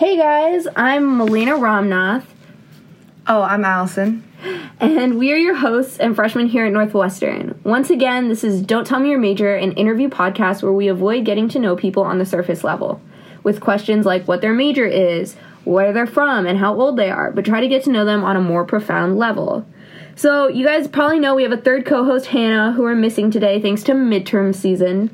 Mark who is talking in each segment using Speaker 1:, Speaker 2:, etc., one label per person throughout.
Speaker 1: guys. I'm Melina Ramnath,
Speaker 2: Oh, I'm Allison.
Speaker 1: and we are your hosts and freshmen here at Northwestern. Once again, this is Don't Tell Me Your Major, an interview podcast where we avoid getting to know people on the surface level with questions like what their major is, where they're from, and how old they are, but try to get to know them on a more profound level. So, you guys probably know we have a third co host, Hannah, who we're missing today thanks to midterm season.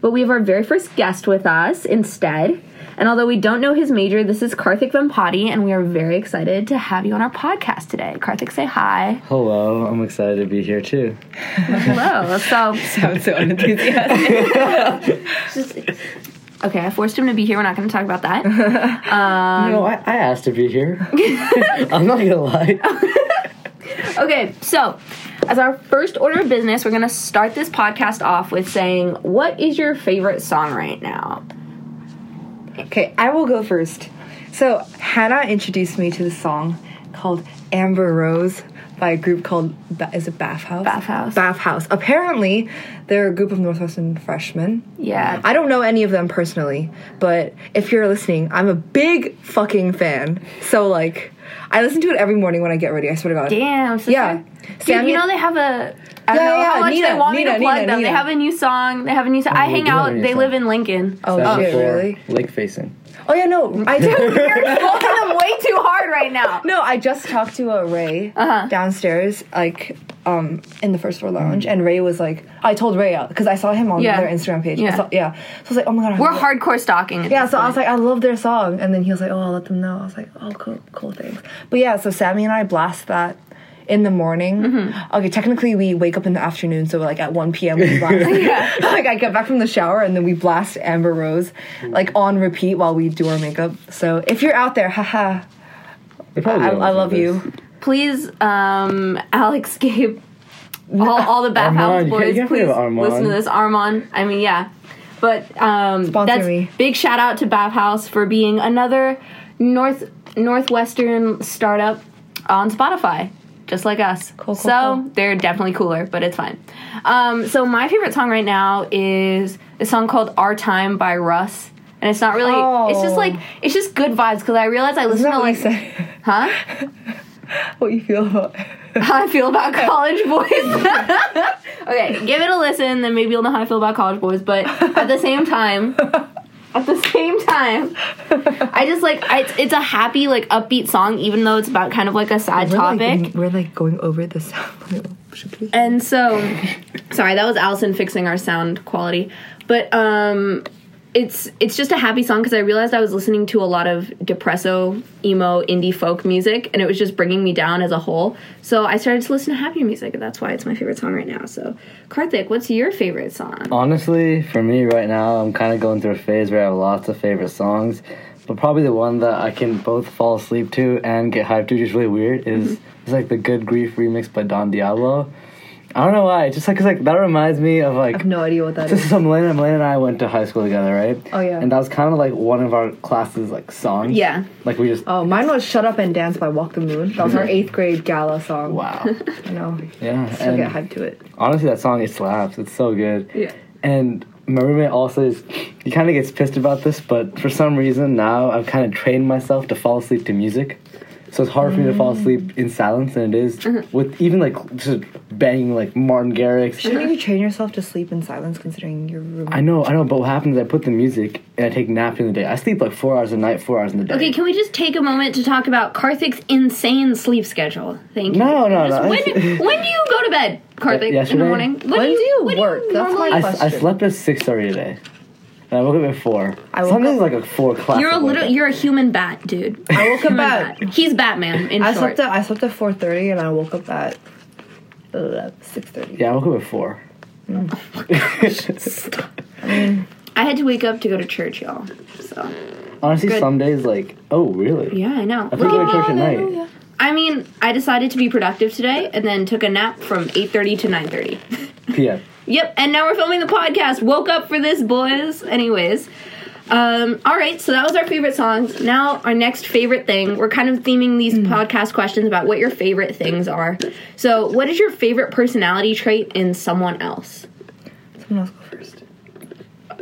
Speaker 1: But we have our very first guest with us instead. And although we don't know his major, this is Karthik Vempati, and we are very excited to have you on our podcast today. Karthik, say hi.
Speaker 3: Hello, I'm excited to be here too.
Speaker 1: Hello. So,
Speaker 2: Sounds so unenthusiastic.
Speaker 1: okay, I forced him to be here. We're not going to talk about that.
Speaker 3: no, I, I asked to be here. I'm not gonna lie.
Speaker 1: Okay, so as our first order of business, we're going to start this podcast off with saying, What is your favorite song right now?
Speaker 2: okay, I will go first. So, Hannah introduced me to the song called Amber Rose by a group called Ba- is it Bathhouse?
Speaker 1: Bathhouse.
Speaker 2: Bathhouse. Apparently, they're a group of Northwestern freshmen.
Speaker 1: Yeah.
Speaker 2: I don't know any of them personally, but if you're listening, I'm a big fucking fan. So like, I listen to it every morning when I get ready. I swear to God.
Speaker 1: Damn, sister.
Speaker 2: Yeah.
Speaker 1: Dude,
Speaker 2: Sammy-
Speaker 1: you know they have a. I don't
Speaker 2: Yeah,
Speaker 1: know
Speaker 2: yeah,
Speaker 1: how much
Speaker 2: Nina,
Speaker 1: they want me
Speaker 2: Nina,
Speaker 1: to plug
Speaker 2: Nina,
Speaker 1: them. They
Speaker 2: Nina.
Speaker 1: have a new song. They have a new song. I
Speaker 3: they
Speaker 1: hang
Speaker 3: do have
Speaker 1: out.
Speaker 3: a new
Speaker 1: They
Speaker 3: song.
Speaker 1: live in Lincoln.
Speaker 2: Oh shit! Really?
Speaker 3: Lake facing.
Speaker 2: Oh yeah, no, I do.
Speaker 1: You're insulting them way too hard right now.
Speaker 2: No, I just talked to uh, Ray
Speaker 1: Uh-huh.
Speaker 2: downstairs, like um, in the first floor lounge, and Ray was like, I told Ray because I saw him on
Speaker 1: Yeah.
Speaker 2: their Instagram page. I
Speaker 1: Yeah.
Speaker 2: saw- yeah. So I was like, oh my god, I
Speaker 1: We're
Speaker 2: love-
Speaker 1: hardcore stalking. at
Speaker 2: Yeah,
Speaker 1: this
Speaker 2: so I
Speaker 1: point.
Speaker 2: was like, I love their song, and then he was like, oh, I'll let them know. I was like, oh, cool, cool, thanks. But yeah, so Sammy and I blast that. In the morning,
Speaker 1: Mm-hmm.
Speaker 2: okay. Technically, we wake up in the afternoon, so like at one p.m. we blast. Like I get back from the shower and then we blast Amber Rose, like on repeat while we do our makeup. So if you're out there, haha,
Speaker 3: They probably
Speaker 2: I,
Speaker 3: don't
Speaker 2: I
Speaker 3: listen
Speaker 2: love
Speaker 3: to
Speaker 2: you.
Speaker 3: this.
Speaker 1: please, um, Alex Gabe, all, all the Bathhouse
Speaker 3: Armand, you can't-
Speaker 1: boys,
Speaker 3: you can't
Speaker 1: please
Speaker 3: forget about Armand.
Speaker 1: listen to this. Armand, I mean, yeah. But um,
Speaker 2: Sponsor
Speaker 1: that's
Speaker 2: me.
Speaker 1: big shout out to Bathhouse for being another North Northwestern startup on Spotify, just like us.
Speaker 2: Cool, cool,
Speaker 1: so
Speaker 2: cool.
Speaker 1: they're definitely cooler, but it's fine. Um, so my favorite song right now is a song called "Our Time" by Russ. And it's not really. It's just
Speaker 2: Oh.
Speaker 1: like it's just good vibes because I realize I listen
Speaker 2: Isn't
Speaker 1: to
Speaker 2: that what
Speaker 1: like,
Speaker 2: you said?
Speaker 1: huh?
Speaker 2: What you feel about?
Speaker 1: how I feel about college boys. okay, give it a listen, then maybe you'll know how I feel about college boys. But at the same time, at the same time, I just like I, it's, it's a happy, like upbeat song, even though it's about kind of like a sad topic.
Speaker 2: Like, we're like going over the sound. Should we?
Speaker 1: and so, sorry, that was Allison fixing our sound quality, but um. It's it's just a happy song because I realized I was listening to a lot of depresso, emo, indie folk music, and it was just bringing me down as a whole. So I started to listen to happier music, and that's why it's my favorite song right now. So, Karthik, what's your favorite song?
Speaker 3: Honestly, for me right now, I'm kind of going through a phase where I have lots of favorite songs, but probably the one that I can both fall asleep to and get hyped to, which is really weird, is
Speaker 2: Mm-hmm.
Speaker 3: it's like the Good Grief remix by Don Diablo. I don't know why, it's just like, 'cause, like that reminds me of
Speaker 2: I
Speaker 3: like
Speaker 2: have no idea what that
Speaker 3: This
Speaker 2: is.
Speaker 3: is so Melina, Melina and I went to high school together, right?
Speaker 2: Oh, yeah.
Speaker 3: And that was kind of like one of our classes, like songs.
Speaker 1: Yeah.
Speaker 3: Like we just.
Speaker 2: Oh, mine was "Shut Up and Dance" by Walk the Moon. That was our eighth grade gala song.
Speaker 3: Wow.
Speaker 2: I know.
Speaker 3: Yeah.
Speaker 2: Still get
Speaker 3: and
Speaker 2: hyped to it.
Speaker 3: honestly, that song it slaps. It's so good.
Speaker 1: Yeah.
Speaker 3: And my roommate also is. He kind of gets pissed about this, but for some reason now I've kind of trained myself to fall asleep to music. So it's harder for me to fall asleep in silence than it is with even like just banging like Martin Garrix.
Speaker 2: Shouldn't you train yourself to sleep in silence, considering your room?
Speaker 3: I know, I know, but what happens is I put the music and I take naps in the day. I sleep like four hours a night, four hours in the day.
Speaker 1: Okay, can we just take a moment to talk about Karthik's insane sleep schedule? Thank you.
Speaker 3: No, no,
Speaker 1: Just
Speaker 3: no.
Speaker 1: When, when do you go to bed, Karthik? in the
Speaker 3: yesterday?
Speaker 1: morning? When,
Speaker 2: do you work? That's
Speaker 1: normally-
Speaker 2: my
Speaker 3: I, s- I
Speaker 2: question.
Speaker 3: slept at six thirty today, and I woke up at four.
Speaker 2: I woke
Speaker 3: Something's
Speaker 2: up-
Speaker 3: like a four o'clock.
Speaker 1: You're a
Speaker 3: I woke
Speaker 1: little.
Speaker 3: up.
Speaker 1: You're a human bat, dude.
Speaker 2: I woke up
Speaker 1: Human
Speaker 2: at.
Speaker 1: bat. He's Batman. In
Speaker 2: I
Speaker 1: short.
Speaker 2: slept at. I slept at four thirty, and I woke up at uh, six thirty.
Speaker 3: Yeah, I woke up at four.
Speaker 1: I had to wake up to go to church, y'all. So
Speaker 3: Honestly,
Speaker 1: Good.
Speaker 3: some days like, oh really?
Speaker 1: yeah, I know.
Speaker 3: I think I go to
Speaker 1: Well,
Speaker 3: church at night.
Speaker 1: I mean, I decided to be productive today, and then took a nap from 8:30 to 9:30.
Speaker 3: Yeah.
Speaker 1: Yep, and now we're filming the podcast. Woke up for this, boys. Anyways, um, all right. So that was our favorite songs. Now our next favorite thing. We're kind of theming these
Speaker 2: Mm.
Speaker 1: podcast questions about what your favorite things are. So, what is your favorite personality trait in someone else?
Speaker 2: Someone else go first.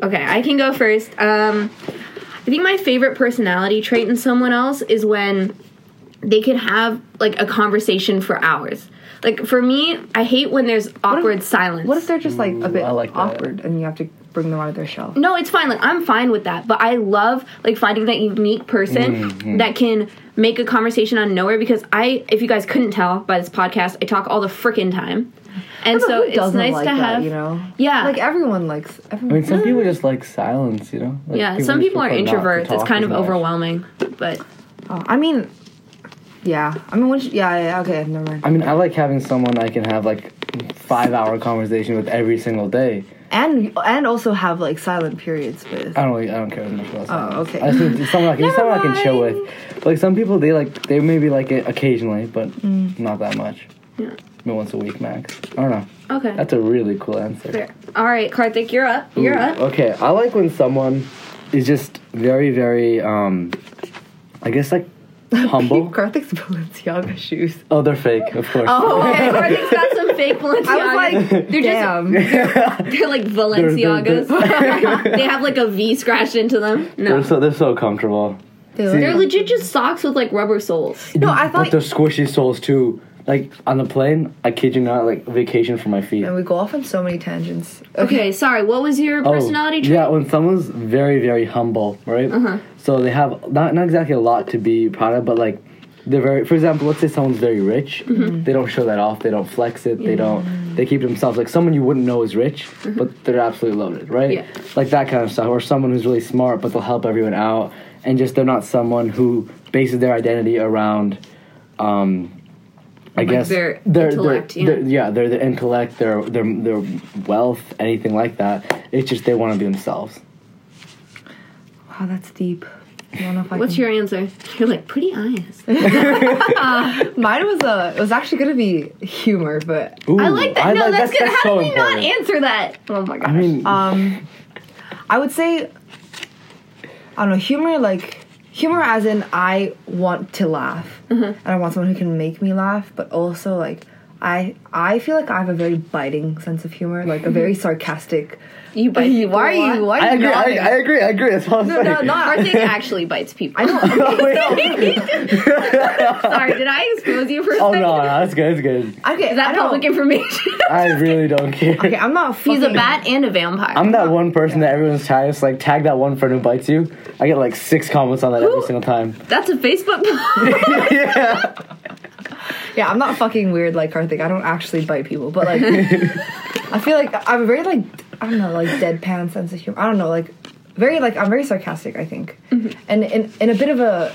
Speaker 1: Okay, I can go first. Um, I think my favorite personality trait in someone else is when they can have like a conversation for hours. Like for me, I hate when there's awkward silence.
Speaker 2: What if they're just like a bit
Speaker 3: I like that.
Speaker 2: awkward and you have to bring them out of their shell?
Speaker 1: no, it's fine. Like I'm fine with that, but I love like finding that unique person
Speaker 2: Mm-hmm.
Speaker 1: that can make a conversation out of nowhere because I, if you guys couldn't tell by this podcast, I talk all the freaking time, and so
Speaker 2: Who
Speaker 1: it's
Speaker 2: doesn't
Speaker 1: nice
Speaker 2: like
Speaker 1: to
Speaker 2: that,
Speaker 1: have.
Speaker 2: you know.
Speaker 1: Yeah.
Speaker 2: like everyone likes.
Speaker 3: I
Speaker 2: Everyone,
Speaker 3: mean, some people just like silence, you know? Like,
Speaker 1: yeah, some
Speaker 3: just
Speaker 1: people are
Speaker 3: prefer not to
Speaker 1: introverts. It's
Speaker 3: talk
Speaker 1: kind
Speaker 3: as
Speaker 1: of
Speaker 3: much.
Speaker 1: overwhelming, but
Speaker 2: oh, I mean, yeah. I mean, once yeah, yeah, yeah, okay, never mind.
Speaker 3: I mean, I like having someone I can have like five hour conversation with every single day.
Speaker 2: And and also have like silent periods with.
Speaker 3: I don't really, I don't care as much about silence.
Speaker 2: Oh, okay.
Speaker 3: I just, it's someone I can, just
Speaker 2: Never
Speaker 3: someone I can chill with. Like some people, they like they maybe like it occasionally, but
Speaker 2: Mm.
Speaker 3: not that much.
Speaker 1: yeah.
Speaker 3: Maybe once a week max. I don't know.
Speaker 1: Okay.
Speaker 3: That's a really cool answer.
Speaker 1: Fair. All right, Karthik, you're up. You're
Speaker 3: Ooh,
Speaker 1: up.
Speaker 3: Okay, I like when someone is just very, very, um, I guess like humble.
Speaker 2: Karthik's Balenciaga shoes.
Speaker 3: oh, they're fake, of course.
Speaker 1: Oh, Okay, Karthik's got some fake Balenciagas.
Speaker 2: I was like,
Speaker 1: they're
Speaker 2: damn.
Speaker 1: just they're like
Speaker 3: They're- they're-
Speaker 1: Balenciagas. they have like a V scratched into them. No,
Speaker 3: They're so they're so comfortable.
Speaker 2: They're
Speaker 1: they're legit just socks with like rubber soles.
Speaker 2: no, I
Speaker 3: But
Speaker 2: thought.
Speaker 3: they're squishy soles too. Like on the plane, I kid you not, like vacation for my feet.
Speaker 2: and we go off on so many tangents.
Speaker 1: Okay, sorry. What was your
Speaker 3: Oh,
Speaker 1: personality trait? Uh-huh.
Speaker 3: Yeah, when someone's very, very humble, right? So they have not not exactly a lot to be proud of, but like they're very. For example, let's say someone's very rich.
Speaker 1: Mm-hmm.
Speaker 3: They don't show that off. They don't flex it. They don't. They keep to themselves. Like someone you wouldn't know is rich, but they're absolutely loaded, right?
Speaker 1: Mm-hmm. Yeah.
Speaker 3: Like that kind of stuff, or someone who's really smart, but they'll help everyone out, and just they're not someone who bases their identity around. Um, I guess
Speaker 1: their intellect, yeah.
Speaker 3: their, yeah, their, their intellect, their their their wealth, anything like that. It's just they want to be themselves.
Speaker 2: Wow, that's deep. I don't know if I
Speaker 1: What's
Speaker 2: can-
Speaker 1: your answer? You're like pretty eyes.
Speaker 2: Mine was a. It was actually gonna be humor, but
Speaker 3: Ooh,
Speaker 1: I like that. no, that's, good. How
Speaker 3: so
Speaker 1: did we
Speaker 3: important.
Speaker 1: not answer that? Oh my gosh.
Speaker 3: I mean,
Speaker 2: um, I would say. I don't know humor like humor as in I want to laugh
Speaker 1: Mm-hmm.
Speaker 2: and I want someone who can make me laugh, but also like I I feel like I have a very biting sense of humor, like a
Speaker 1: Mm-hmm.
Speaker 2: very sarcastic.
Speaker 1: you bite. people
Speaker 2: Why are
Speaker 1: a
Speaker 2: you?
Speaker 1: lot.
Speaker 2: Why
Speaker 3: I
Speaker 2: are you?
Speaker 3: agree. I,
Speaker 2: nodding?
Speaker 3: I agree. I agree. That's what I'm saying.
Speaker 2: no, not-
Speaker 1: Karthik actually bites people.
Speaker 2: I don't.
Speaker 1: sorry, did I expose you for a
Speaker 3: oh no,
Speaker 1: second?
Speaker 3: no, that's good. That's good.
Speaker 2: Okay,
Speaker 1: Is that
Speaker 2: I don't-
Speaker 1: public information?
Speaker 3: I really don't care.
Speaker 2: Okay, I'm not.
Speaker 1: He's a
Speaker 2: fucking-
Speaker 1: bat and a vampire.
Speaker 3: I'm that one person that everyone's tired. It's like tag that one friend who bites you. I get like six comments on that every
Speaker 1: Who-
Speaker 3: single time.
Speaker 1: That's a Facebook post.
Speaker 2: Yeah, I'm not fucking weird like Karthik. I don't actually bite people, but like, I feel like I have a very like I don't know like deadpan sense of humor. I don't know like very like I'm very sarcastic. I think, and in in a bit of a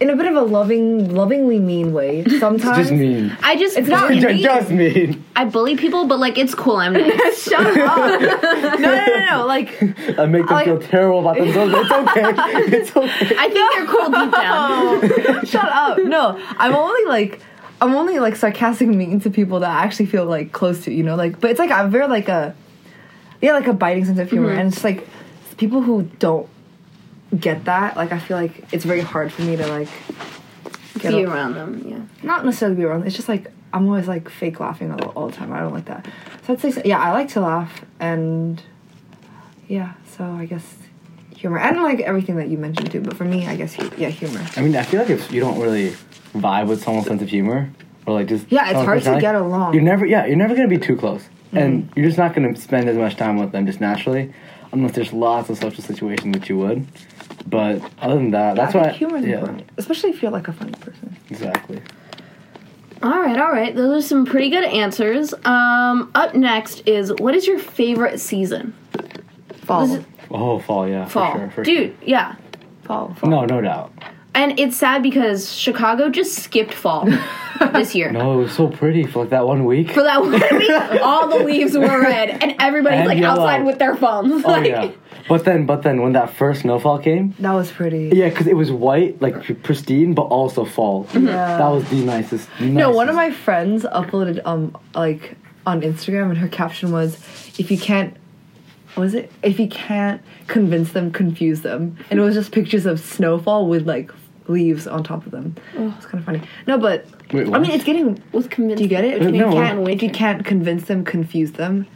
Speaker 2: in a bit of a loving lovingly mean way sometimes.
Speaker 3: Just mean.
Speaker 1: I just it's
Speaker 2: not
Speaker 3: Just, just mean.
Speaker 1: I bully people, but like it's cool. I'm nice.
Speaker 2: Shut up! no, no, no, no. Like
Speaker 3: I make them
Speaker 2: I-
Speaker 3: feel terrible about themselves. It's okay. It's okay.
Speaker 1: I think they're cool deep down.
Speaker 2: shut up! No, I'm only like. I'm only like sarcastic and mean to people that I actually feel like close to, you know, like but it's like I'm very like a yeah, like a biting sense of humor and it's like people who don't get that, like I feel like it's very hard for me to like get
Speaker 1: Be
Speaker 2: a-
Speaker 1: around them. Yeah.
Speaker 2: not necessarily be around. It's just like I'm always like fake laughing all, all the time. I don't like that. So I'd say so- yeah, I like to laugh and yeah, so I guess humor and like everything that you mentioned too, but for me, I guess hu- yeah, humor.
Speaker 3: I mean, I feel like if you don't really vibe with someone's sense of humor, or like just
Speaker 2: Yeah, it's
Speaker 3: someone's
Speaker 2: hard to
Speaker 3: personality,
Speaker 2: get along. Mm-hmm.
Speaker 3: You're never, yeah, you're never gonna be too close, and you're just not gonna spend as much time with them just naturally, unless there's lots of social situations that you would. But other than that, that's
Speaker 2: I
Speaker 3: why
Speaker 2: think humor is
Speaker 3: yeah,
Speaker 2: important, especially if you're like a funny person.
Speaker 3: Exactly.
Speaker 1: All right, all right. Those are some pretty good answers. Um, up next is what is your favorite season?
Speaker 2: Fall,
Speaker 1: This is-
Speaker 3: Oh, fall, yeah,
Speaker 1: Fall,
Speaker 3: for sure, for
Speaker 1: dude. Yeah.
Speaker 2: fall, fall.
Speaker 3: sure. No, no doubt.
Speaker 1: And it's sad because Chicago just skipped fall this year.
Speaker 3: No, Oh, it was so pretty for like that one week.
Speaker 1: For that one week, all the leaves were red, and everybody's
Speaker 3: And
Speaker 1: like
Speaker 3: yellow.
Speaker 1: outside with their phones.
Speaker 3: oh
Speaker 1: like,
Speaker 3: yeah. But then, but then, when that first snowfall came,
Speaker 2: That was pretty.
Speaker 3: yeah, because it was white, like pristine, but also fall.
Speaker 2: Yeah.
Speaker 3: That was the nicest.
Speaker 2: Mm-hmm. No, one of my friends uploaded um like on Instagram, and her caption was, "If you can't." What was it? If you can't convince them, confuse them. And it was just pictures of snowfall with like leaves on top of them. It's kind of funny. No, but
Speaker 3: Wait,
Speaker 2: I
Speaker 3: what?
Speaker 2: mean, it's getting.
Speaker 1: was convinced.
Speaker 2: Do you get it?
Speaker 1: Which
Speaker 3: Uh,
Speaker 1: means
Speaker 3: no.
Speaker 1: can't
Speaker 2: If
Speaker 1: wait.
Speaker 2: you can't convince them, confuse them.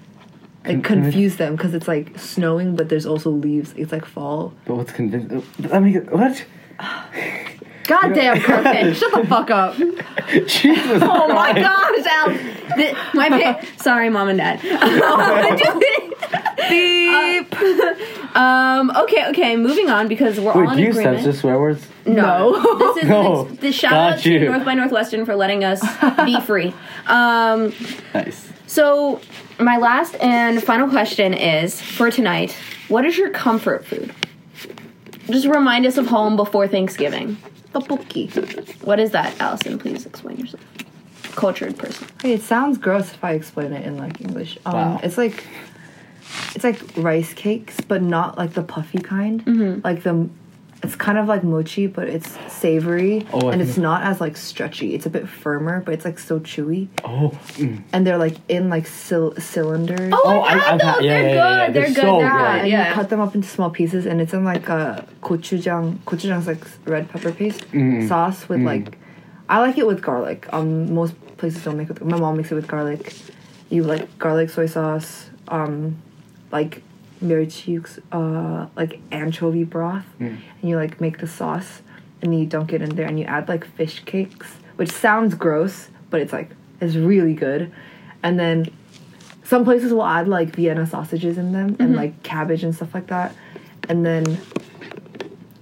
Speaker 2: like confuse them because it's like snowing, but there's also leaves. It's like fall.
Speaker 3: But what's convincing? I mean, what?
Speaker 1: Goddamn, Kirkman, shut the fuck up.
Speaker 3: Jesus.
Speaker 1: Oh my gosh, Al. Th- my pa- Sorry, mom and dad. I do it.
Speaker 2: Ah,
Speaker 1: Beep. Um, okay, okay, moving on because we're all
Speaker 3: Wait,
Speaker 1: in
Speaker 3: do you
Speaker 1: agreement.
Speaker 3: censor swear words?
Speaker 1: No. This is
Speaker 3: No.
Speaker 1: the, the shout
Speaker 3: Got
Speaker 1: out to
Speaker 3: you.
Speaker 1: North by Northwestern for letting us be free. Um,
Speaker 3: Nice.
Speaker 1: so, my last and final question is for tonight what is your comfort food? Just remind us of home before Thanksgiving. Tteokbokki. What is that, Allison? Please explain yourself. Cultured person.
Speaker 2: Hey, it sounds gross if I explain it in like English. Um,
Speaker 3: Wow.
Speaker 2: It's like it's like rice cakes, but not like the puffy kind. Like the it's kind of like mochi, but it's savory
Speaker 3: Oh, I
Speaker 2: and
Speaker 3: think-
Speaker 2: it's not as like stretchy. It's a bit firmer, but it's like so chewy.
Speaker 3: Oh. mm.
Speaker 2: And they're like in like sil- cylinders.
Speaker 3: Oh, I- I've had- yeah, yeah, yeah, yeah,
Speaker 1: They're
Speaker 3: they're
Speaker 1: good.
Speaker 3: so
Speaker 1: They're
Speaker 3: good.
Speaker 1: good.
Speaker 2: And
Speaker 1: Yeah.
Speaker 2: you cut them up into small pieces, and it's in like a gochujang. Gochujang's like red pepper paste
Speaker 1: Mm-hmm.
Speaker 2: sauce with like. I like it with garlic. Um, most places don't make it. My mom makes it with garlic. You like garlic, soy sauce, um, like mirchi, uh, like anchovy broth,
Speaker 1: Mm.
Speaker 2: and you like make the sauce, and then you dunk it in there, and you add like fish cakes, which sounds gross, but it's like it's really good, and then some places will add like Vienna sausages in them
Speaker 1: Mm-hmm.
Speaker 2: and like cabbage and stuff like that. And then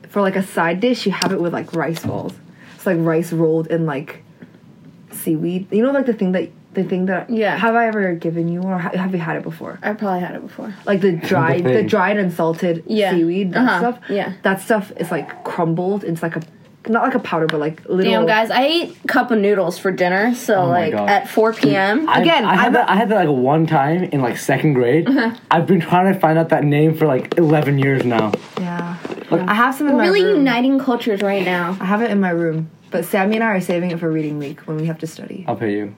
Speaker 2: for like a side dish, you have it with like rice balls. It's like rice rolled in like seaweed. You know, like the thing that the thing that
Speaker 1: Yeah.
Speaker 2: Have I ever given you or ha- have you had it before?
Speaker 1: I've probably had it before.
Speaker 2: Like the dried, the,
Speaker 3: thing.
Speaker 2: dried and salted
Speaker 1: Yeah.
Speaker 2: seaweed that
Speaker 1: Uh-huh.
Speaker 2: stuff.
Speaker 1: Yeah.
Speaker 2: that stuff is like crumbled. It's like a not like a powder, but like little.
Speaker 1: Damn, guys, I ate cup of noodles for dinner, so
Speaker 3: Oh my
Speaker 1: like
Speaker 3: God.
Speaker 1: at 4 p.m.
Speaker 3: I-
Speaker 2: Again,
Speaker 3: I, had
Speaker 2: I'm Uh-huh.
Speaker 3: that. I had that like one time in like second grade. I've been trying to find out that name for like eleven years now.
Speaker 2: Yeah, I have some. In my
Speaker 1: really
Speaker 2: room.
Speaker 1: uniting cultures right now.
Speaker 2: I have it in my room, but Sammy and I are saving it for reading week when we have to study.
Speaker 3: I'll pay you.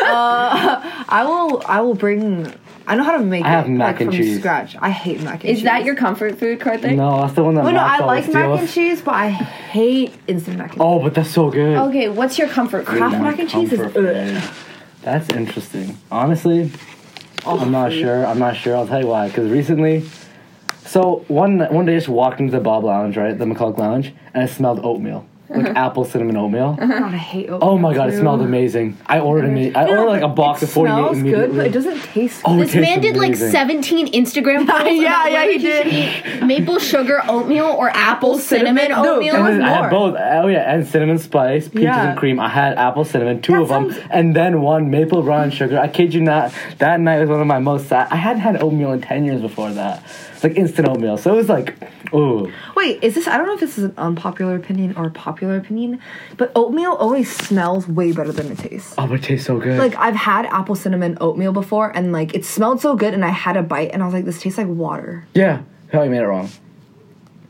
Speaker 2: I will. I will bring. I know how to make
Speaker 3: I
Speaker 2: it
Speaker 3: have mac
Speaker 2: like,
Speaker 3: and
Speaker 2: from
Speaker 3: cheese.
Speaker 2: scratch. I hate mac and cheese.
Speaker 1: Is that your comfort food, Karthik?
Speaker 3: No, that's the one that.
Speaker 2: Oh no,
Speaker 3: Max
Speaker 2: I
Speaker 3: always
Speaker 2: like mac and
Speaker 3: steals.
Speaker 2: cheese, but I hate instant mac and cheese.
Speaker 3: Oh, but that's so good.
Speaker 1: Okay, what's your comfort food?
Speaker 2: Half mac and cheese is
Speaker 3: Comfort
Speaker 2: ugh.
Speaker 3: food. That's interesting. Honestly,
Speaker 2: Oh,
Speaker 3: I'm not sure. I'm not sure. I'll tell you why. Because recently, so one one day I just walked into the Bob Lounge, right, the McCulloch Lounge, and I smelled oatmeal, like
Speaker 2: Uh-huh.
Speaker 3: apple cinnamon oatmeal.
Speaker 2: God, I hate oatmeal.
Speaker 3: Oh my god, it
Speaker 2: too.
Speaker 3: smelled amazing. I ordered me. I
Speaker 2: No,
Speaker 3: ordered like a
Speaker 2: but
Speaker 3: box
Speaker 2: it
Speaker 3: of 48
Speaker 2: smells
Speaker 3: immediately.
Speaker 2: good, but it doesn't taste.
Speaker 3: Oh, it
Speaker 1: This man
Speaker 3: tastes
Speaker 1: did like
Speaker 3: amazing.
Speaker 1: 17 Instagram posts.
Speaker 2: Yeah,
Speaker 1: about
Speaker 2: yeah,
Speaker 1: whether
Speaker 2: he did.
Speaker 1: should eat maple sugar oatmeal or apple cinnamon,
Speaker 2: cinnamon- no,
Speaker 1: oatmeal.
Speaker 2: that
Speaker 3: And
Speaker 2: was
Speaker 3: then I had
Speaker 2: more.
Speaker 3: both. Oh yeah, and cinnamon spice, peaches
Speaker 2: Yeah.
Speaker 3: and cream. I had apple cinnamon, two
Speaker 2: That
Speaker 3: of them,
Speaker 2: sounds-
Speaker 3: and then one maple brown sugar. I kid you not, that night was one of my most sad. I hadn't had oatmeal in ten years before that. It's like instant oatmeal, so it was like, ooh,
Speaker 2: Wait, is this? I don't know if this is an unpopular opinion or a popular opinion, but oatmeal always smells way better than it tastes.
Speaker 3: oh, but it tastes so good.
Speaker 2: Like I've had apple cinnamon oatmeal before, and like it smelled so good, and I had a bite, and I was like, this tastes like water.
Speaker 3: yeah, probably made it wrong.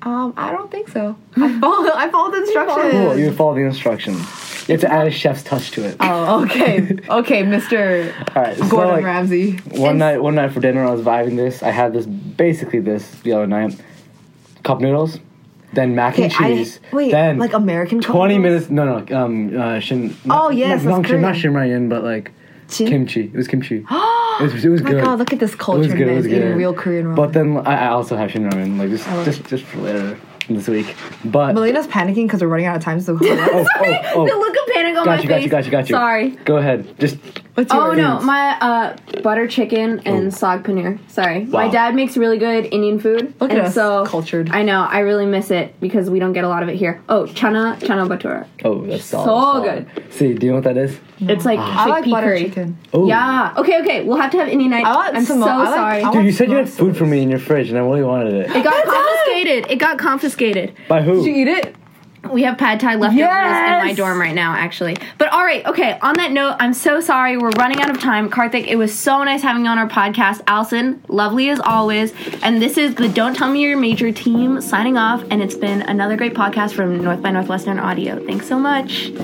Speaker 2: Um, I don't think so. I follow. I followed the instructions.
Speaker 3: Cool, you follow the instructions. You have to add a chef's touch to it.
Speaker 2: Oh, okay, okay, Mister
Speaker 3: All right, so
Speaker 2: Gordon
Speaker 3: like,
Speaker 2: Ramsay.
Speaker 3: One night, one night for dinner, I was vibing this. I had this basically this the other night, cup noodles, then mac and
Speaker 2: Okay, I-
Speaker 3: cheese.
Speaker 2: wait,
Speaker 3: then
Speaker 2: like American cup
Speaker 3: Twenty
Speaker 2: noodles?
Speaker 3: minutes. No, no. Um, uh, shin.
Speaker 2: Oh,
Speaker 3: not-
Speaker 2: yes,
Speaker 3: not,
Speaker 2: that's
Speaker 3: shin- not
Speaker 2: Korean.
Speaker 3: shinryeon, but like
Speaker 2: Shin-
Speaker 3: kimchi. It was kimchi. it was, it was
Speaker 2: my
Speaker 3: good.
Speaker 2: God, look at this
Speaker 3: It was
Speaker 2: culture,
Speaker 3: good. It
Speaker 2: man.
Speaker 3: was
Speaker 2: Eating
Speaker 3: good.
Speaker 2: real Korean ramen.
Speaker 3: But then I, I also have shinramen, like just
Speaker 2: Oh.
Speaker 3: just just for later this week. But
Speaker 2: Melina's panicking because we're running out of time. So
Speaker 3: oh, oh, oh.
Speaker 1: The look of panic on my
Speaker 3: Got you, got
Speaker 1: face.
Speaker 3: you, got you, got you.
Speaker 1: Sorry.
Speaker 3: Go ahead. Just
Speaker 2: what's
Speaker 1: Oh no,
Speaker 3: Foods.
Speaker 1: my uh, butter chicken and sag paneer. Sorry, my
Speaker 3: Oh. Wow.
Speaker 1: dad makes really good Indian food.
Speaker 2: Look at
Speaker 1: and
Speaker 2: us,
Speaker 1: so
Speaker 2: cultured.
Speaker 1: I know. I really miss it because we don't get a lot of it here. Oh, chana chana batura.
Speaker 3: oh, that's
Speaker 1: So
Speaker 3: solid, solid.
Speaker 1: good.
Speaker 3: See, do you know what that is?
Speaker 1: It's like
Speaker 2: I like
Speaker 1: chickpea
Speaker 2: butter
Speaker 1: curry.
Speaker 2: chicken.
Speaker 3: Oh.
Speaker 1: Yeah. Okay. Okay. We'll have to have Indian night.
Speaker 2: I want
Speaker 1: I'm
Speaker 2: some
Speaker 1: so
Speaker 2: mo- I like-
Speaker 1: sorry.
Speaker 2: I want-
Speaker 3: Dude, you said you had
Speaker 2: Lots of
Speaker 3: food for me in your fridge, and I really wanted it.
Speaker 1: It got confiscated. It got confiscated.
Speaker 3: By who?
Speaker 2: Did you eat it?
Speaker 1: We have pad thai leftovers in my
Speaker 2: Yes!
Speaker 1: dorm right now, actually. But all right, okay. On that note, I'm so sorry we're running out of time. Karthik, it was so nice having you on our podcast. Alison, lovely as always. And this is the Don't Tell Me Your Major team signing off. And it's been another great podcast from North by Northwestern Audio. Thanks so much.